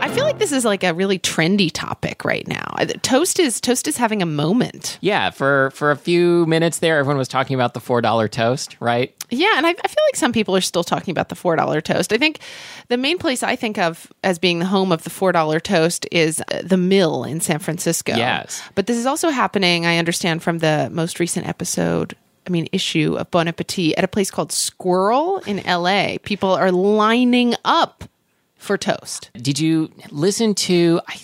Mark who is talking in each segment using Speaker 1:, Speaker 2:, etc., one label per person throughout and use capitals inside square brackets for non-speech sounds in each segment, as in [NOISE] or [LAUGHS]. Speaker 1: I feel like this is like a really trendy topic right now. Uh, Toast is toast is having a moment.
Speaker 2: Yeah, for, for a few minutes there, everyone was talking about the $4 toast, right?
Speaker 3: Yeah, and I, I feel like some people are still talking about the four dollar toast. I think the main place I think of as being the home of the four dollar toast is uh, the Mill in San Francisco.
Speaker 2: Yes.
Speaker 3: but this is also happening. I understand from the most recent episode. I mean, issue of Bon Appetit at a place called Squirrel in L.A. People are lining up for toast.
Speaker 2: Did you listen to? I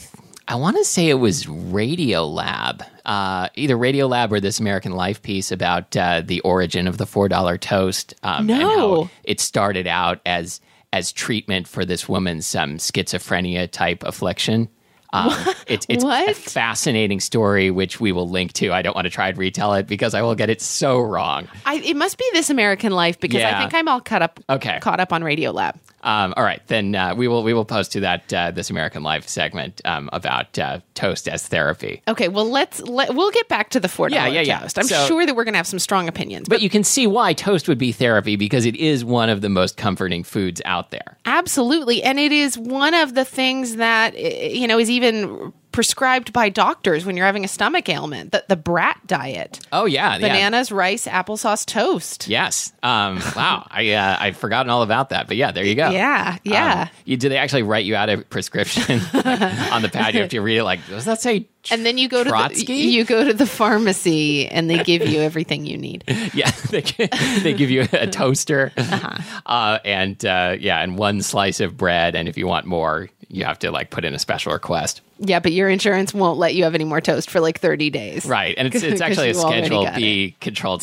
Speaker 2: I want to say it was Radio Lab, uh, either Radio Lab or this American Life piece about uh, the origin of the four dollar toast. Um, and
Speaker 3: No.
Speaker 2: how it started out as as treatment for this woman's um, schizophrenia type affliction. Um, it's it's a
Speaker 3: What?
Speaker 2: fascinating story, which we will link to. I don't want to try and retell it because I will get it so wrong.
Speaker 3: I, it must be this American Life because
Speaker 2: Yeah.
Speaker 3: I think I'm all caught up.
Speaker 2: Okay.
Speaker 3: caught up on Radio Lab.
Speaker 2: Um, all right, then uh, we will we will post to that uh, this American Life segment um, about uh, toast as therapy.
Speaker 3: Okay, well let's let, we'll get back to the four
Speaker 2: Yeah,
Speaker 3: dollar
Speaker 2: yeah, yeah.
Speaker 3: toast. I'm
Speaker 2: So-
Speaker 3: sure that we're going to have some strong opinions, but
Speaker 2: But you can see why toast would be therapy because it is one of the most comforting foods out there.
Speaker 3: absolutely, and it is one of the things that eh, you know is even prescribed by doctors when you're having a stomach ailment. The, the brat diet:
Speaker 2: Oh yeah, yeah.
Speaker 3: bananas, rice, applesauce, toast.
Speaker 2: Yes. Um, wow. I uh, I've forgotten all about that. But yeah, there you go.
Speaker 3: Yeah, yeah.
Speaker 2: Um, you do they actually write you out a prescription [LAUGHS] on the
Speaker 3: [LAUGHS]
Speaker 2: pad? You have to read it. Like does that say? Tr-
Speaker 3: and then you go to
Speaker 2: Trotsky?
Speaker 3: the, you go to the pharmacy and they give
Speaker 2: [LAUGHS]
Speaker 3: you everything you need.
Speaker 2: yeah, they, gi- they give you a toaster,
Speaker 3: Uh-huh.
Speaker 2: uh, and uh, yeah, and one slice of bread. And if you want more, you have to like put in a special request.
Speaker 3: Yeah, but your insurance won't let you have any more toast for like 30 days.
Speaker 2: Right, and it's it's
Speaker 3: [LAUGHS] 'Cause
Speaker 2: actually a
Speaker 3: you already
Speaker 2: Schedule
Speaker 3: got it.
Speaker 2: B controlled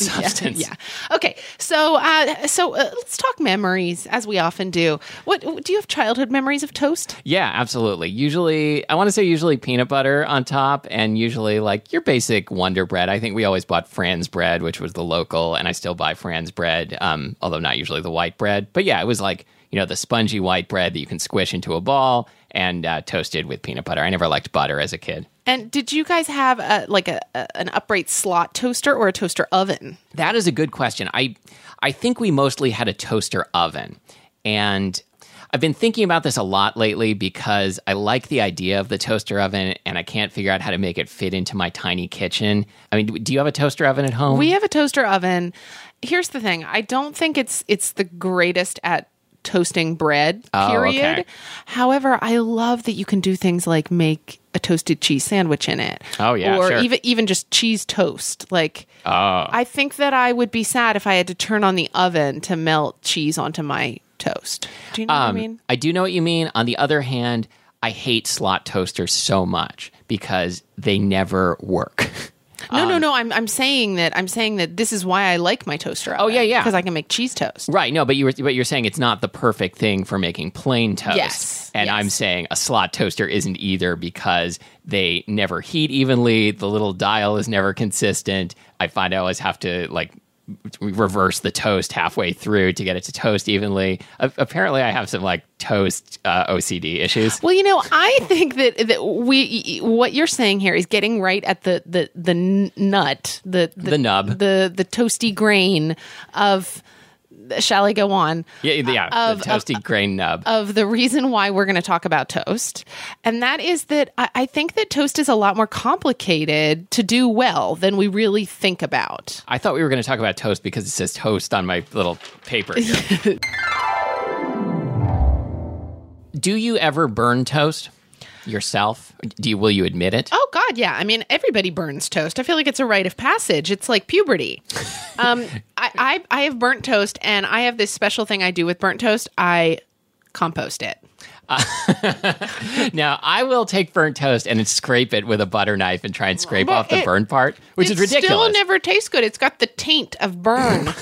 Speaker 3: [LAUGHS]
Speaker 2: substance.
Speaker 3: Yeah. Okay. So, uh, so uh, let's talk memories, as we often do. What do you have childhood memories of toast?
Speaker 2: Yeah, absolutely. Usually, I want to say usually peanut butter on top, and usually like your basic Wonder Bread. I think we always bought Fran's bread, which was the local, and I still buy Fran's bread, um, although not usually the white bread. But yeah, it was like you know the spongy white bread that you can squish into a ball and uh, toasted with peanut butter. I never liked butter as a kid.
Speaker 3: And did you guys have a, like a, a an upright slot toaster or a toaster oven?
Speaker 2: That is a good question. I I think we mostly had a toaster oven. And I've been thinking about this a lot lately because I like the idea of the toaster oven and I can't figure out how to make it fit into my tiny kitchen. I mean, do- do you have a toaster oven at home?
Speaker 3: We have a toaster oven. Here's the thing: I don't think it's it's the greatest at toasting bread.
Speaker 2: Oh,
Speaker 3: Period.
Speaker 2: okay.
Speaker 3: However, I love that you can do things like make a toasted cheese sandwich in it.
Speaker 2: Oh, yeah,
Speaker 3: or
Speaker 2: sure. Oh.
Speaker 3: even even just cheese toast. Like, I think that I would be sad if I had to turn on the oven to melt cheese onto my toast. Do you know what I mean?
Speaker 2: I do know what you mean. On the other hand, I hate slot toasters so much because they never work. [LAUGHS]
Speaker 3: No,
Speaker 2: Um,
Speaker 3: no, no. I'm I'm saying that I'm saying that this is why I like my toaster oven.
Speaker 2: Oh, yeah, yeah.
Speaker 3: Because I can make cheese toast.
Speaker 2: Right. No, but you were but you're saying it's not the perfect thing for making plain toast.
Speaker 3: Yes,
Speaker 2: And
Speaker 3: yes.
Speaker 2: I'm saying a slot toaster isn't either because they never heat evenly, the little dial is never consistent. I find I always have to like we reverse the toast halfway through to get it to toast evenly. A- apparently, I have some like toast uh, OCD issues.
Speaker 3: Well, you know, I think that that we what you're saying here is getting right at the the the n- nut, the the,
Speaker 2: nub.
Speaker 3: the the toasty grain of. Shall I go on?
Speaker 2: Yeah, yeah, the toasty grain nub.
Speaker 3: of the reason why we're going to talk about toast. And that is that I, I think that toast is a lot more complicated to do well than we really think about.
Speaker 2: I thought we were going to talk about toast because it says toast on my little paper here.
Speaker 3: [LAUGHS]
Speaker 2: Do you ever burn toast yourself? Do you will you admit it?
Speaker 3: Oh, God, yeah. I mean, everybody burns toast. I feel like it's a rite of passage. It's like puberty.
Speaker 2: [LAUGHS]
Speaker 3: Um, I, I, I have burnt toast, and I have this special thing I do with burnt toast I compost it.
Speaker 2: Now, I will take burnt toast and then scrape it with a butter knife and try and scrape
Speaker 3: But
Speaker 2: off the
Speaker 3: it-
Speaker 2: burned part, which is
Speaker 3: It still
Speaker 2: ridiculous.
Speaker 3: never tastes good. It's got the taint of burn.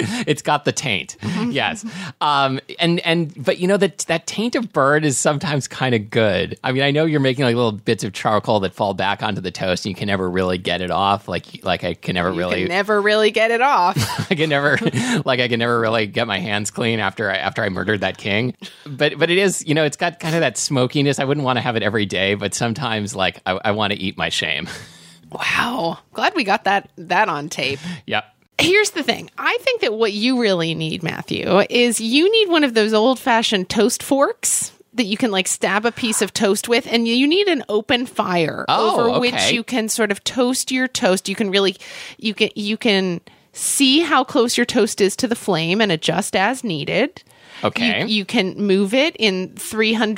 Speaker 2: it's got the
Speaker 3: [LAUGHS]
Speaker 2: taint.
Speaker 3: Mm-hmm.
Speaker 2: yes. Um, and and but you know that that taint of burn is sometimes kind of good. I mean, I know you're making like little bits of charcoal that fall back onto the toast and you can never really get it off. Like like I can never [LAUGHS] really
Speaker 3: Can never really get it off. [LAUGHS]
Speaker 2: [LAUGHS] I can never like I can never really get my hands clean after I after I murdered that king. But but it is, you know, it's got kind of that smokiness. I wouldn't want to have it every day, but sometimes like I, I want to eat my shame. [LAUGHS]
Speaker 3: Wow. Glad we got that that on tape.
Speaker 2: yep.
Speaker 3: Here's the thing. I think that what you really need, Matthew, is you need one of those old fashioned toast forks that you can like stab a piece of toast with, and you need an open fire
Speaker 2: Oh,
Speaker 3: over which
Speaker 2: okay.
Speaker 3: you can sort of toast your toast. You can really, you can, you can see how close your toast is to the flame and adjust as needed.
Speaker 2: Okay.
Speaker 3: You, you can move it in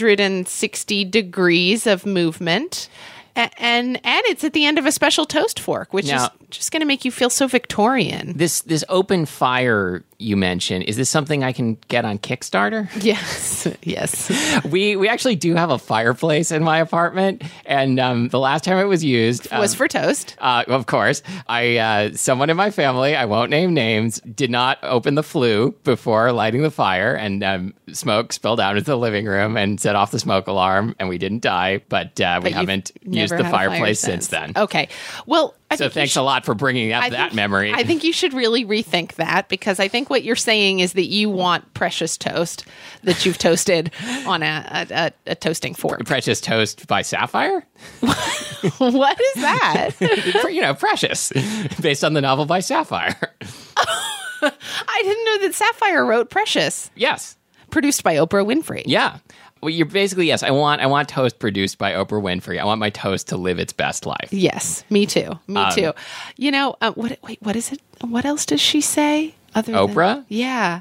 Speaker 3: 360 degrees of movement. A- And and it's at the end of a special toast fork, which
Speaker 2: Now-
Speaker 3: is just going to make you feel so Victorian.
Speaker 2: This this open fire you mentioned, is this something I can get on Kickstarter? [LAUGHS]
Speaker 3: Yes, [LAUGHS] yes.
Speaker 2: we we actually do have a fireplace in my apartment and um, the last time it was used um,
Speaker 3: was for toast.
Speaker 2: Uh, of course, I uh, someone in my family, I won't name names, did not open the flue before lighting the fire, and um, smoke spilled out into the living room and set off the smoke alarm, and we didn't die, but uh, we
Speaker 3: You've
Speaker 2: haven't
Speaker 3: never
Speaker 2: used the
Speaker 3: had a fire
Speaker 2: fireplace since then.
Speaker 3: Okay. Well, I
Speaker 2: So
Speaker 3: think you
Speaker 2: thanks
Speaker 3: should-
Speaker 2: a lot for bringing up
Speaker 3: I
Speaker 2: that
Speaker 3: think-
Speaker 2: memory.
Speaker 3: I think you should really rethink that because I think what you're saying is that you want precious toast that you've toasted on a, a, a, a toasting
Speaker 2: [LAUGHS]
Speaker 3: fork.
Speaker 2: Precious toast by Sapphire,
Speaker 3: what is
Speaker 2: [LAUGHS]
Speaker 3: that?
Speaker 2: you know, precious, [LAUGHS] based on the novel by Sapphire. [LAUGHS]
Speaker 3: I didn't know that Sapphire wrote Precious,
Speaker 2: yes,
Speaker 3: produced by Oprah Winfrey.
Speaker 2: Yeah. Well, you're basically yes. I want I want toast produced by Oprah Winfrey. I want my toast to live its best life.
Speaker 3: Yes, me too. Me
Speaker 2: Um,
Speaker 3: too. You know, uh, what? Wait, what is it? What else does she say? Other than-
Speaker 2: Oprah?
Speaker 3: yeah.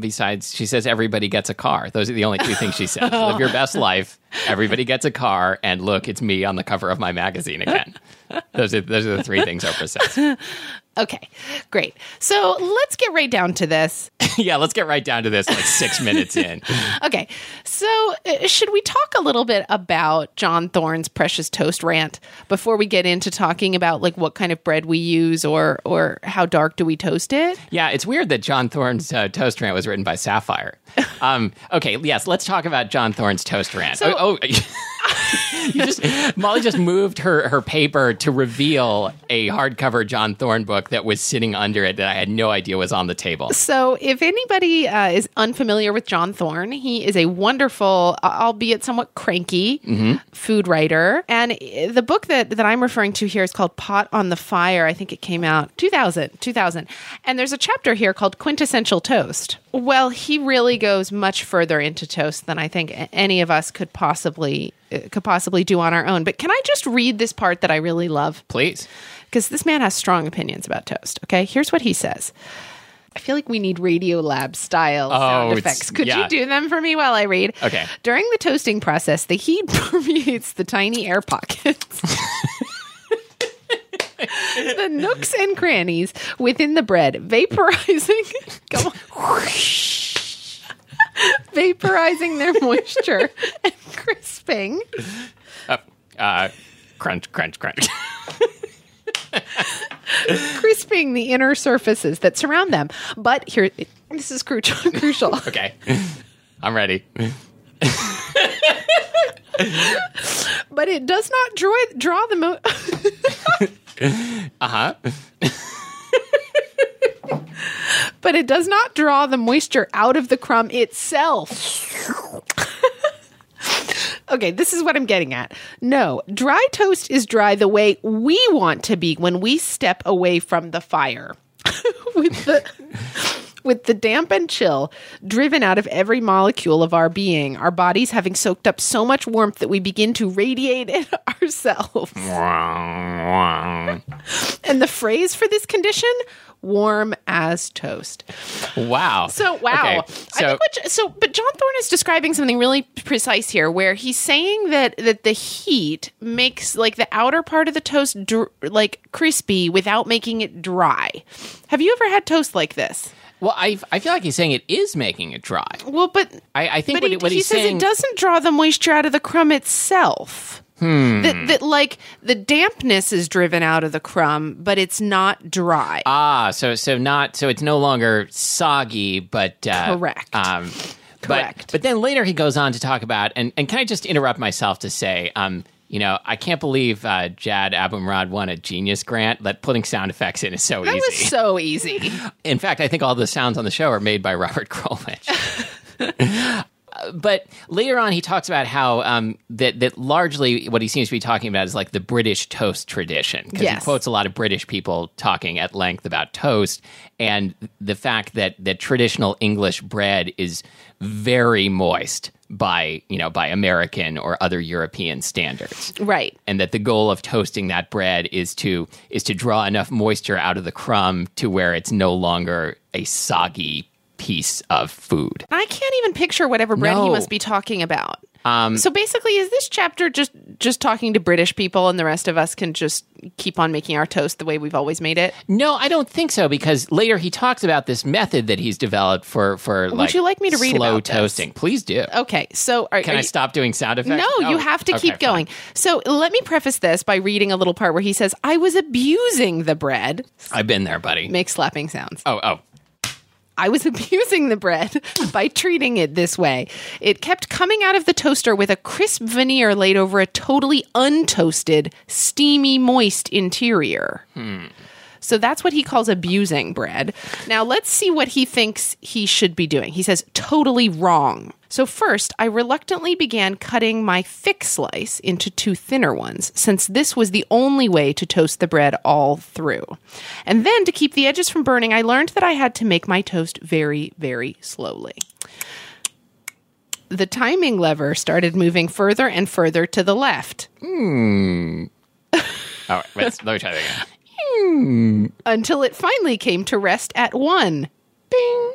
Speaker 2: Besides, she says everybody gets a car. Those are the only two things she says. Live your best life. Everybody gets a car, and look, it's me on the cover of my magazine again. Those are those are the three things Oprah says.
Speaker 3: Okay, great. So let's get right down to this. [CLEARS THROAT]
Speaker 2: yeah, let's get right down to this. Like six minutes in.
Speaker 3: Okay, so uh, should we talk a little bit about John Thorne's precious toast rant before we get into talking about like what kind of bread we use or or how dark do we toast it?
Speaker 2: Yeah, it's weird that John Thorne's uh, toast rant was written by Sapphire. Um, okay, yes, let's talk about John Thorne's toast rant.
Speaker 3: So-
Speaker 2: oh, oh, [LAUGHS] you just Molly just moved her her paper to reveal a hardcover John Thorne book that was sitting under it that I had no idea was on the table.
Speaker 3: So, if anybody uh, is unfamiliar with John Thorne, he is a wonderful, uh, albeit somewhat cranky, food writer. And uh, the book that, that I'm referring to here is called Pot on the Fire. I think it came out 2000, 2000. And there's a chapter here called Quintessential Toast. Well, he really goes much further into toast than I think a- any of us could possibly uh, could possibly do on our own. But can I just read this part that I really love?
Speaker 2: Please,
Speaker 3: because this man has strong opinions about toast. Okay, here's what he says. I feel like we need Radio Lab style
Speaker 2: Oh,
Speaker 3: sound
Speaker 2: it's-
Speaker 3: effects. Could
Speaker 2: yeah.
Speaker 3: you do them for me while I read?
Speaker 2: Okay.
Speaker 3: During the toasting process, the heat [LAUGHS] permeates the tiny air pockets. the nooks and crannies within the bread, vaporizing. [LAUGHS] Come on. [LAUGHS] vaporizing their moisture and [LAUGHS] crisping
Speaker 2: uh, crunch, crunch, crunch. [LAUGHS]
Speaker 3: crisping the inner surfaces that surround them. But here, this is crucial. [LAUGHS] crucial.
Speaker 2: okay, I'm ready.
Speaker 3: But it does not [LAUGHS]
Speaker 2: Uh-huh.
Speaker 3: draw draw the mo-
Speaker 2: Uh huh.
Speaker 3: but it does not draw the moisture out of the crumb itself. [LAUGHS] okay, this is what I'm getting at. No, dry toast is dry the way we want to be when we step away from the fire. [LAUGHS] with the with the damp and chill driven out of every molecule of our being, our bodies having soaked up so much warmth that we begin to radiate it [LAUGHS] ourselves. And the phrase for this condition, warm as toast.
Speaker 2: Wow.
Speaker 3: So wow.
Speaker 2: Okay, so
Speaker 3: I think what, Jo- so but John Thorne is describing something really precise here where he's saying that that the heat makes like the outer part of the toast dr- like crispy without making it dry. Have you ever had toast like this?
Speaker 2: well, I I feel like he's saying it is making it dry.
Speaker 3: Well, but
Speaker 2: I, I think
Speaker 3: but
Speaker 2: what,
Speaker 3: he,
Speaker 2: what
Speaker 3: he
Speaker 2: he's
Speaker 3: says
Speaker 2: saying
Speaker 3: it doesn't draw the moisture out of the crumb itself.
Speaker 2: Hmm.
Speaker 3: That, that like the dampness is driven out of the crumb, but it's not dry.
Speaker 2: Ah, so so not so it's no longer soggy, but uh,
Speaker 3: Correct.
Speaker 2: Um,
Speaker 3: Correct.
Speaker 2: But, but then later he goes on to talk about and and can I just interrupt myself to say, um, you know, I can't believe uh, Jad Abumrad won a genius grant. That putting sound effects in is so
Speaker 3: that
Speaker 2: easy.
Speaker 3: was so
Speaker 2: [LAUGHS]
Speaker 3: easy.
Speaker 2: in fact, I think all the sounds on the show are made by Robert [LAUGHS] Krulwich. but later on, he talks about how um, that that largely what he seems to be talking about is like the British toast tradition because
Speaker 3: Yes.
Speaker 2: he quotes a lot of British people talking at length about toast and the fact that that traditional English bread is very moist by you know by American or other European standards
Speaker 3: right.
Speaker 2: and that the goal of toasting that bread is to is to draw enough moisture out of the crumb to where it's no longer a soggy piece of food.
Speaker 3: I can't even picture whatever bread he
Speaker 2: No. Um,
Speaker 3: must be talking about. so basically, is this chapter just just talking to British people, and the rest of us can just keep on making our toast the way we've always made it?
Speaker 2: No, I don't think so because later he talks about this method that he's developed for for like
Speaker 3: you like me to read
Speaker 2: slow
Speaker 3: about this?
Speaker 2: toasting. Please do.
Speaker 3: Okay, so are,
Speaker 2: Can
Speaker 3: are
Speaker 2: I
Speaker 3: you-
Speaker 2: stop doing sound effects?
Speaker 3: No,
Speaker 2: Oh,
Speaker 3: you have to
Speaker 2: okay,
Speaker 3: keep
Speaker 2: fine.
Speaker 3: going. So let me preface this by reading a little part where he says, "I was abusing the bread."
Speaker 2: I've been there, buddy.
Speaker 3: Make slapping sounds.
Speaker 2: Oh, oh.
Speaker 3: I was abusing the bread [LAUGHS] by treating it this way. It kept coming out of the toaster with a crisp veneer laid over a totally untoasted, steamy, moist interior. So that's what he calls abusing bread. Now let's see what he thinks he should be doing. He says, totally wrong. So, first, I reluctantly began cutting my thick slice into two thinner ones, since this was the only way to toast the bread all through. And then, to keep the edges from burning, I learned that I had to make my toast very, very slowly the timing lever started moving further and further to the left
Speaker 2: All right, let's, let me try that again.
Speaker 3: until it finally came to rest at one. Bing!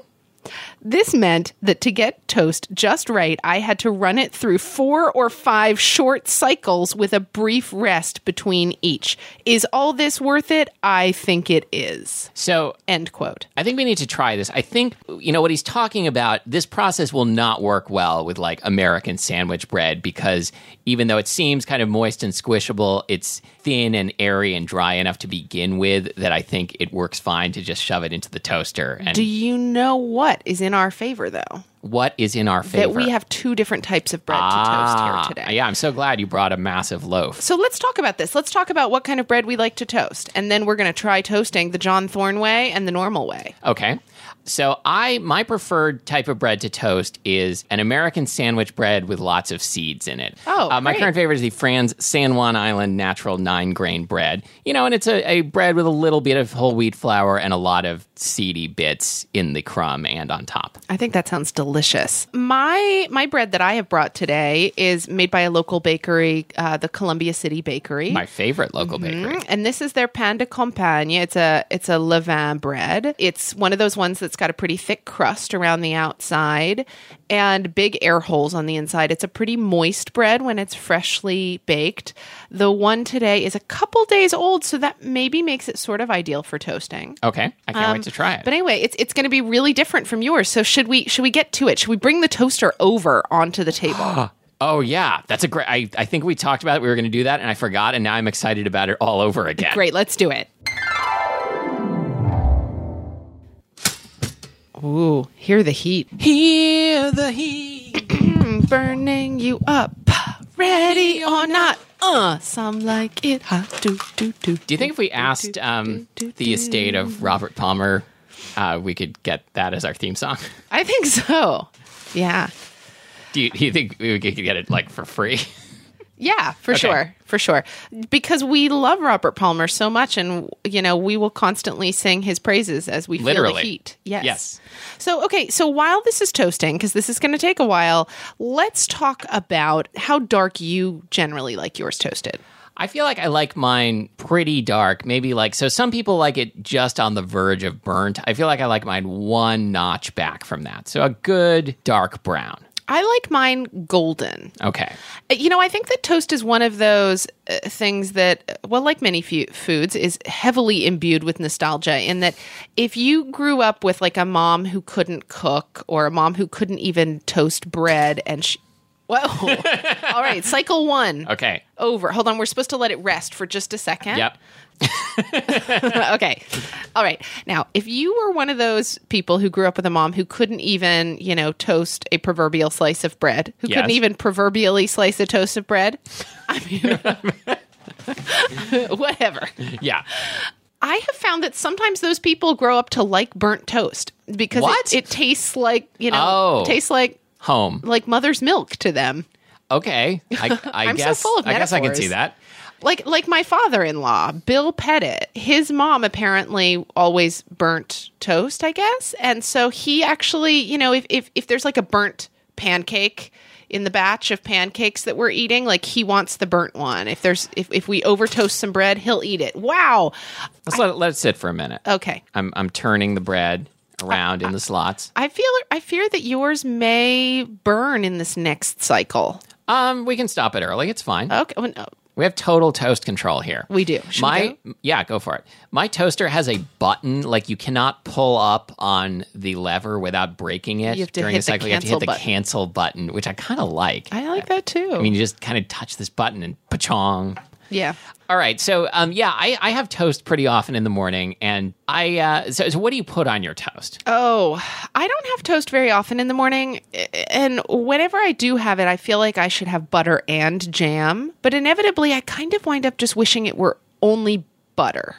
Speaker 3: This meant that to get toast just right, I had to run it through four or five short cycles with a brief rest between each. Is all this worth it? I think it is.
Speaker 2: [LAUGHS] So
Speaker 3: End quote.
Speaker 2: I think we need to try this. I think you know what he's talking about. This process will not work well with like American sandwich bread because even though it seems kind of moist and squishable, it's thin and airy and dry enough to begin with that I think it works fine to just shove it into the toaster. And
Speaker 3: Do you know what is in our favor, though?
Speaker 2: what is in our favor?
Speaker 3: That we have two different types of bread to
Speaker 2: ah,
Speaker 3: toast here today.
Speaker 2: Yeah, I'm so glad you brought a massive loaf.
Speaker 3: So let's talk about this. Let's talk about what kind of bread we like to toast. And then we're going to try toasting the John Thorne way and the normal way.
Speaker 2: Okay. So I my preferred type of bread to toast is an American sandwich bread with lots of seeds in it.
Speaker 3: Oh,
Speaker 2: Uh, my
Speaker 3: great.
Speaker 2: current favorite is the Franz San Juan Island natural nine grain bread. You know, and it's a, a bread with a little bit of whole wheat flour and a lot of seedy bits in the crumb and on top.
Speaker 3: I think that sounds delicious. My my bread that I have brought today is made by a local bakery, uh, the Columbia City Bakery.
Speaker 2: My favorite local bakery.
Speaker 3: and this is their pan de campagne. It's a it's a levain bread. It's one of those ones that's got a pretty thick crust around the outside and big air holes on the inside. It's a pretty moist bread when it's freshly baked. The one today is a couple days old, so that maybe makes it sort of ideal for toasting.
Speaker 2: Okay. I can't wait to try it.
Speaker 3: Um, But anyway, it's it's going to be really different from yours. So should we should we get to it? Should we bring the toaster over onto the [GASPS] table?
Speaker 2: oh yeah. That's a great I, I think we talked about it. We were gonna do that and I forgot and now I'm excited about it all over again.
Speaker 3: Great, let's do it. Ooh, hear the heat.
Speaker 2: Hear the heat.
Speaker 3: [CLEARS THROAT] burning you up. Ready or not, uh, some like it hot. Do do do.
Speaker 2: Do you think if we asked um, the estate of Robert Palmer uh, we could get that as our theme song. [LAUGHS]
Speaker 3: I think so. Yeah.
Speaker 2: Do you, do you think we could get it like for free? [LAUGHS]
Speaker 3: Yeah, for sure. For sure. Because we love Robert Palmer so much and you know, we will constantly sing his praises as we feel
Speaker 2: Literally.
Speaker 3: the heat. Yes.
Speaker 2: Yes.
Speaker 3: So okay, so while this is toasting because this is going to take a while, let's talk about how dark you generally like yours toasted.
Speaker 2: I feel like I like mine pretty dark. Maybe like so some people like it just on the verge of burnt. I feel like I like mine one notch back from that. So a good dark brown.
Speaker 3: I like mine golden.
Speaker 2: Okay.
Speaker 3: You know, I think that toast is one of those uh, things that, well, like many fu- foods, is heavily imbued with nostalgia. In that, if you grew up with like a mom who couldn't cook or a mom who couldn't even toast bread, and she,
Speaker 2: [LAUGHS]
Speaker 3: whoa, all right, cycle one
Speaker 2: Okay.
Speaker 3: over. Hold on, we're supposed to let it rest for just a second.
Speaker 2: Yep.
Speaker 3: okay. All right. Now, if you were one of those people who grew up with a mom who couldn't even, you know, toast a proverbial slice of bread, who couldn't
Speaker 2: Yes.
Speaker 3: even proverbially slice a toast of bread, I mean, [LAUGHS] whatever.
Speaker 2: Yeah.
Speaker 3: I have found that sometimes those people grow up to like burnt toast because
Speaker 2: What?
Speaker 3: it, it tastes like, you know,
Speaker 2: Oh.
Speaker 3: it tastes like
Speaker 2: Home.
Speaker 3: like mother's milk to them.
Speaker 2: Okay. I, I
Speaker 3: [LAUGHS] I'm so
Speaker 2: guess
Speaker 3: full of
Speaker 2: I guess I can
Speaker 3: metaphors.
Speaker 2: see that.
Speaker 3: like like my father-in-law bill pettit his mom apparently always burnt toast i guess and so he actually you know if if, if there's like a burnt pancake in the batch of pancakes that we're eating like he wants the burnt one if there's if, if we over toast some bread he'll eat it wow
Speaker 2: Let's let, let it sit for a minute.
Speaker 3: okay
Speaker 2: I'm I'm turning the bread around in the slots.
Speaker 3: i feel i fear that yours may burn in this next cycle
Speaker 2: Um, we can stop it early. It's fine.
Speaker 3: okay oh, no.
Speaker 2: We have total toast control here.
Speaker 3: We do. Should we
Speaker 2: My yeah, go for it. My toaster has a button like you cannot pull up on the lever without breaking it
Speaker 3: You have to
Speaker 2: during
Speaker 3: hit
Speaker 2: the cycle.
Speaker 3: the
Speaker 2: you have to hit
Speaker 3: cancel
Speaker 2: the
Speaker 3: button.
Speaker 2: cancel button, which I kind of like. I
Speaker 3: i like that too
Speaker 2: mean, you just kind of touch this button and pachong.
Speaker 3: yeah
Speaker 2: All right, so um, yeah, I, I have toast pretty often in the morning, and I uh, so, so what do you put on your toast?
Speaker 3: Oh, I don't have toast very often in the morning. a- And whenever I do have it, I feel like I should have butter and jam. But inevitably, I kind of wind up just wishing it were only butter.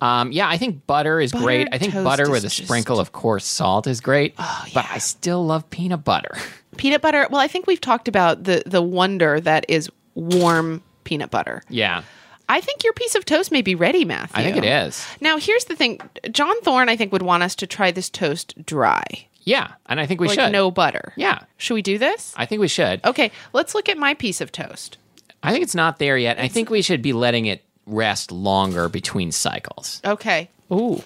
Speaker 2: Um, yeah, I think butter is great. I think
Speaker 3: toast
Speaker 2: butter
Speaker 3: is
Speaker 2: with a
Speaker 3: just- Oh,
Speaker 2: sprinkle of coarse salt is great, but I still love peanut butter. [LAUGHS]
Speaker 3: Peanut butter. Well, I think we've talked about the, the wonder that is warm peanut butter.
Speaker 2: yeah,
Speaker 3: I think your piece of toast may be ready, Matthew.
Speaker 2: I think it is.
Speaker 3: Now, here's the thing John Thorne, I think, would want us to try this toast dry,
Speaker 2: Yeah, and I think we
Speaker 3: like
Speaker 2: should.
Speaker 3: no Oh. butter.
Speaker 2: Yeah.
Speaker 3: Should we do this?
Speaker 2: I think we should.
Speaker 3: Okay, let's look at my piece of toast.
Speaker 2: I think it's not there yet. I think we should be letting it rest longer between cycles.
Speaker 3: Okay. Ooh.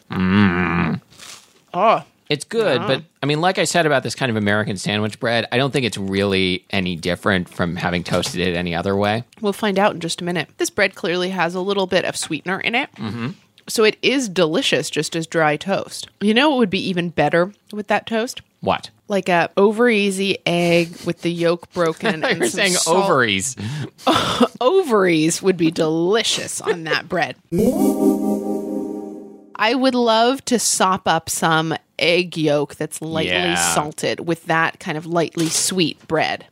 Speaker 3: Oh.
Speaker 2: It's good, but I mean, like I said about this kind of American sandwich bread, I don't think it's really any different from having toasted it any other way.
Speaker 3: We'll find out in just a minute. This bread clearly has a little bit of sweetener in it.
Speaker 2: Mm-hmm.
Speaker 3: So it is delicious just as dry toast. You know what would be even better with that toast? [LAUGHS]
Speaker 2: What?
Speaker 3: Like a over easy egg with the yolk
Speaker 2: [LAUGHS]
Speaker 3: broken. and
Speaker 2: You're
Speaker 3: some
Speaker 2: saying
Speaker 3: salt-
Speaker 2: ovaries.
Speaker 3: ovaries would be delicious on that bread. I would love to sop up some egg yolk that's lightly
Speaker 2: Yeah.
Speaker 3: salted with that kind of lightly sweet bread.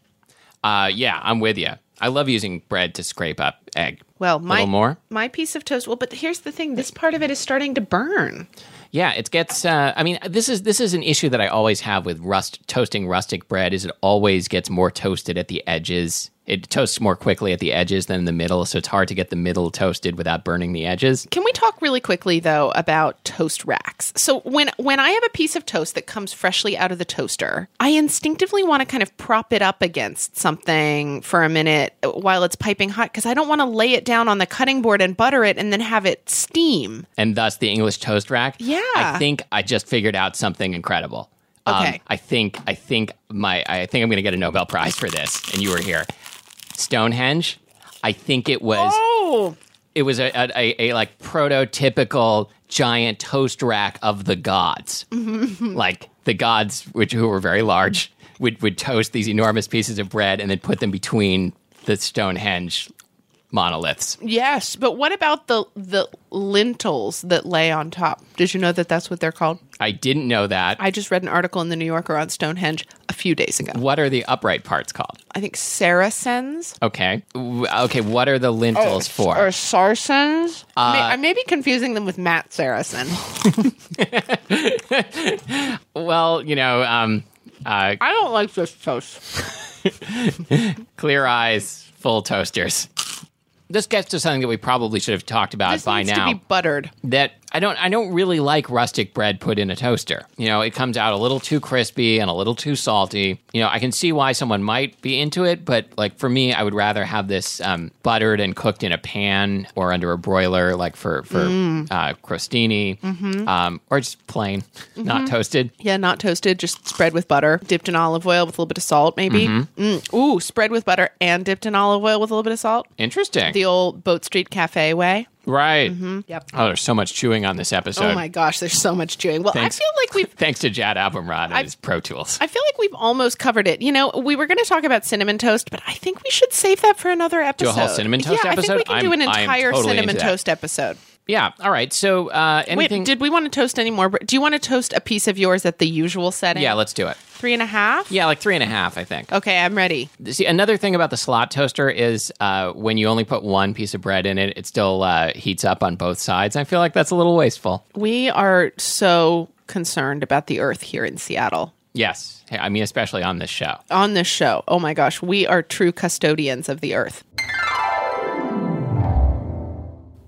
Speaker 2: Uh, yeah, I'm with you. I love using bread to scrape up egg.
Speaker 3: Well, my
Speaker 2: little more?
Speaker 3: my piece of toast. Well, but here's the thing: this part of it is starting to burn.
Speaker 2: Yeah, it gets. Uh, I mean, this is this is an issue that I always have with rust toasting rustic bread. Is it always gets more toasted at the edges? It toasts more quickly at the edges than in the middle, so it's hard to get the middle toasted without burning the edges.
Speaker 3: Can we talk really quickly though about toast racks? So when when I have a piece of toast that comes freshly out of the toaster, I instinctively want to kind of prop it up against something for a minute while it's piping hot because I don't want to lay it down on the cutting board and butter it and then have it steam.
Speaker 2: And thus the English toast rack.
Speaker 3: Yeah.
Speaker 2: I think I just figured out something incredible. Um,
Speaker 3: Okay.
Speaker 2: I think I think my I think I'm going to get a Nobel Prize for this, and you were here. Stonehenge. I think it was.
Speaker 3: Oh,
Speaker 2: it was a, a, a, a like prototypical giant toast rack of the gods
Speaker 3: Mm-hmm. [LAUGHS]
Speaker 2: like the gods which who were very large would, would toast these enormous pieces of bread and then put them between the stonehenge monoliths.
Speaker 3: Yes, but what about the the lintels that lay on top? Did you know that that's what they're called?
Speaker 2: I didn't know that.
Speaker 3: I just read an article in the New Yorker on Stonehenge a few days ago.
Speaker 2: What are the upright parts called?
Speaker 3: I think Saracens
Speaker 2: Okay. W- Okay, what are the lintels for?
Speaker 3: Oh, or Saracens.
Speaker 2: Uh,
Speaker 3: May- I may be confusing them with Matt Saracen.
Speaker 2: Well, you know, um, uh,
Speaker 3: I don't like this toast.
Speaker 2: clear eyes, full toasters. This gets to something that we probably should have talked about
Speaker 3: This
Speaker 2: by
Speaker 3: needs
Speaker 2: now.
Speaker 3: to be buttered.
Speaker 2: that I don't I don't really like rustic bread put in a toaster. You know, it comes out a little too crispy and a little too salty. You know, I can see why someone might be into it, but like for me, I would rather have this um, buttered and cooked in a pan or under a broiler, like for for
Speaker 3: Mm.
Speaker 2: uh, crostini,
Speaker 3: Mm-hmm.
Speaker 2: um, or just plain, not toasted.
Speaker 3: Yeah, not toasted, just spread with butter, dipped in olive oil with a little bit of salt, maybe.
Speaker 2: Mm-hmm.
Speaker 3: Mm. Ooh, spread with butter and dipped in olive oil with a little bit of salt.
Speaker 2: Interesting,
Speaker 3: The old Boat Street Cafe way.
Speaker 2: right?
Speaker 3: Yep.
Speaker 2: Oh, there's so much chewing on this episode.
Speaker 3: Oh my gosh, there's so much chewing. Well,
Speaker 2: Thanks.
Speaker 3: I feel like we've
Speaker 2: [LAUGHS] Thanks to Jad Abumrad and his Pro Tools.
Speaker 3: I feel like we've almost covered it. You know, we were going to talk about cinnamon toast, but I think we should save that for another
Speaker 2: a
Speaker 3: episode.
Speaker 2: whole cinnamon toast
Speaker 3: yeah, I
Speaker 2: episode?
Speaker 3: think we can do an
Speaker 2: I'm- I am
Speaker 3: entire
Speaker 2: totally
Speaker 3: cinnamon
Speaker 2: into that.
Speaker 3: toast episode.
Speaker 2: yeah. All right. So uh,
Speaker 3: Wait,
Speaker 2: anything?
Speaker 3: did we want to toast any more? Do you want to toast a piece of yours at the usual setting?
Speaker 2: yeah, let's do it.
Speaker 3: three and a half.
Speaker 2: Yeah, like three and a half, I think.
Speaker 3: Okay, I'm ready.
Speaker 2: See, another thing about the slot toaster is uh, when you only put one piece of bread in it, it still uh, heats up on both sides. I feel like that's a little wasteful.
Speaker 3: We are so concerned about the earth here in Seattle
Speaker 2: Yes. Hey, I mean, especially on this show.
Speaker 3: on this show. Oh my gosh, we are true custodians of the earth.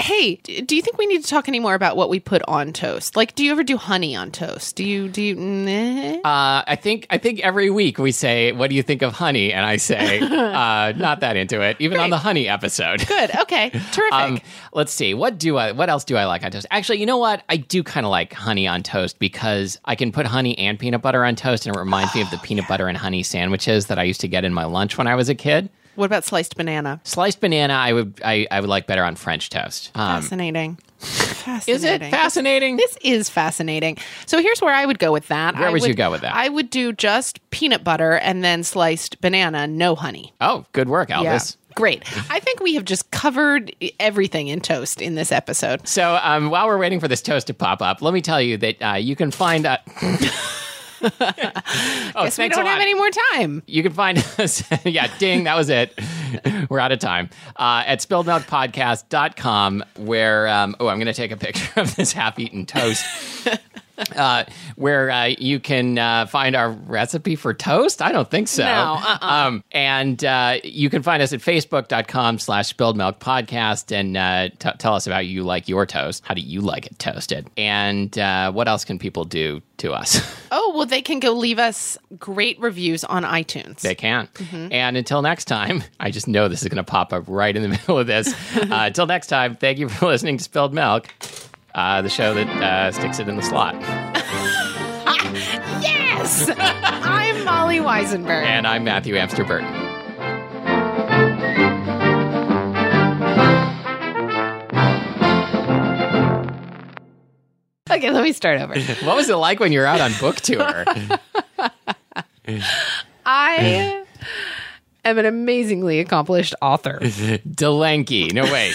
Speaker 3: Hey, d- do you think we need to talk any more about what we put on toast? Like, do you ever do honey on toast? Do you do you? Nah.
Speaker 2: Uh, I think I think every week we say, "What do you think of honey?" And I say, uh, "Not that into it." Even on the honey episode.
Speaker 3: Good. Okay. [LAUGHS] Terrific.
Speaker 2: [LAUGHS] Um, let's see. What do I? What else do I like on toast? Actually, you know what? I do kind of like honey on toast because I can put honey and peanut butter on toast, and it reminds me of the peanut butter and honey sandwiches that I used to get in my lunch when I was a kid.
Speaker 3: what about sliced banana?
Speaker 2: Sliced banana, I would I, I would like better on French toast. Um,
Speaker 3: Fascinating.
Speaker 2: is it
Speaker 3: Fascinating. [LAUGHS]
Speaker 2: fascinating?
Speaker 3: This is fascinating. So here's where I would go with that.
Speaker 2: Where
Speaker 3: I
Speaker 2: would you go with that?
Speaker 3: I would do just peanut butter and then sliced banana, no honey.
Speaker 2: oh, good work,
Speaker 3: Yeah.
Speaker 2: Elvis.
Speaker 3: Great. I think we have just covered everything in toast in this episode.
Speaker 2: So um, while we're waiting for this toast to pop up, let me tell you that uh, you can find. Uh, [LAUGHS] oh,
Speaker 3: Guess we
Speaker 2: thanks a
Speaker 3: don't
Speaker 2: lot.
Speaker 3: have any more time.
Speaker 2: You can find [LAUGHS] us. yeah, ding, that was it. We're out of time. Uh, at spilledmilkpodcast.com, where, um, oh, I'm going to take a picture of this half
Speaker 3: [LAUGHS]
Speaker 2: eaten toast. Uh, where uh, you can uh, find our recipe for toast? I don't think so.
Speaker 3: No, uh-uh.
Speaker 2: um, and uh, you can find us at facebook.com slash spilled milk podcast and uh, t- tell us about you like your toast. How do you like it toasted? And uh, what else can people do to us? [LAUGHS]
Speaker 3: Oh, well, they can go leave us great reviews on iTunes.
Speaker 2: They can. And until next time, [LAUGHS] I just know this is going to pop up right in the [LAUGHS] middle of this. uh, until next time, thank you for [LAUGHS] listening to Spilled Milk, uh, the show that uh, sticks it in the slot.
Speaker 3: yes! [LAUGHS] I'm Molly Weisenberg.
Speaker 2: And I'm Matthew Amster Burton.
Speaker 3: Okay, let me start over.
Speaker 2: What was it like when you were out on book tour? [LAUGHS]
Speaker 3: I am an amazingly accomplished author.
Speaker 2: Delanky. No, wait.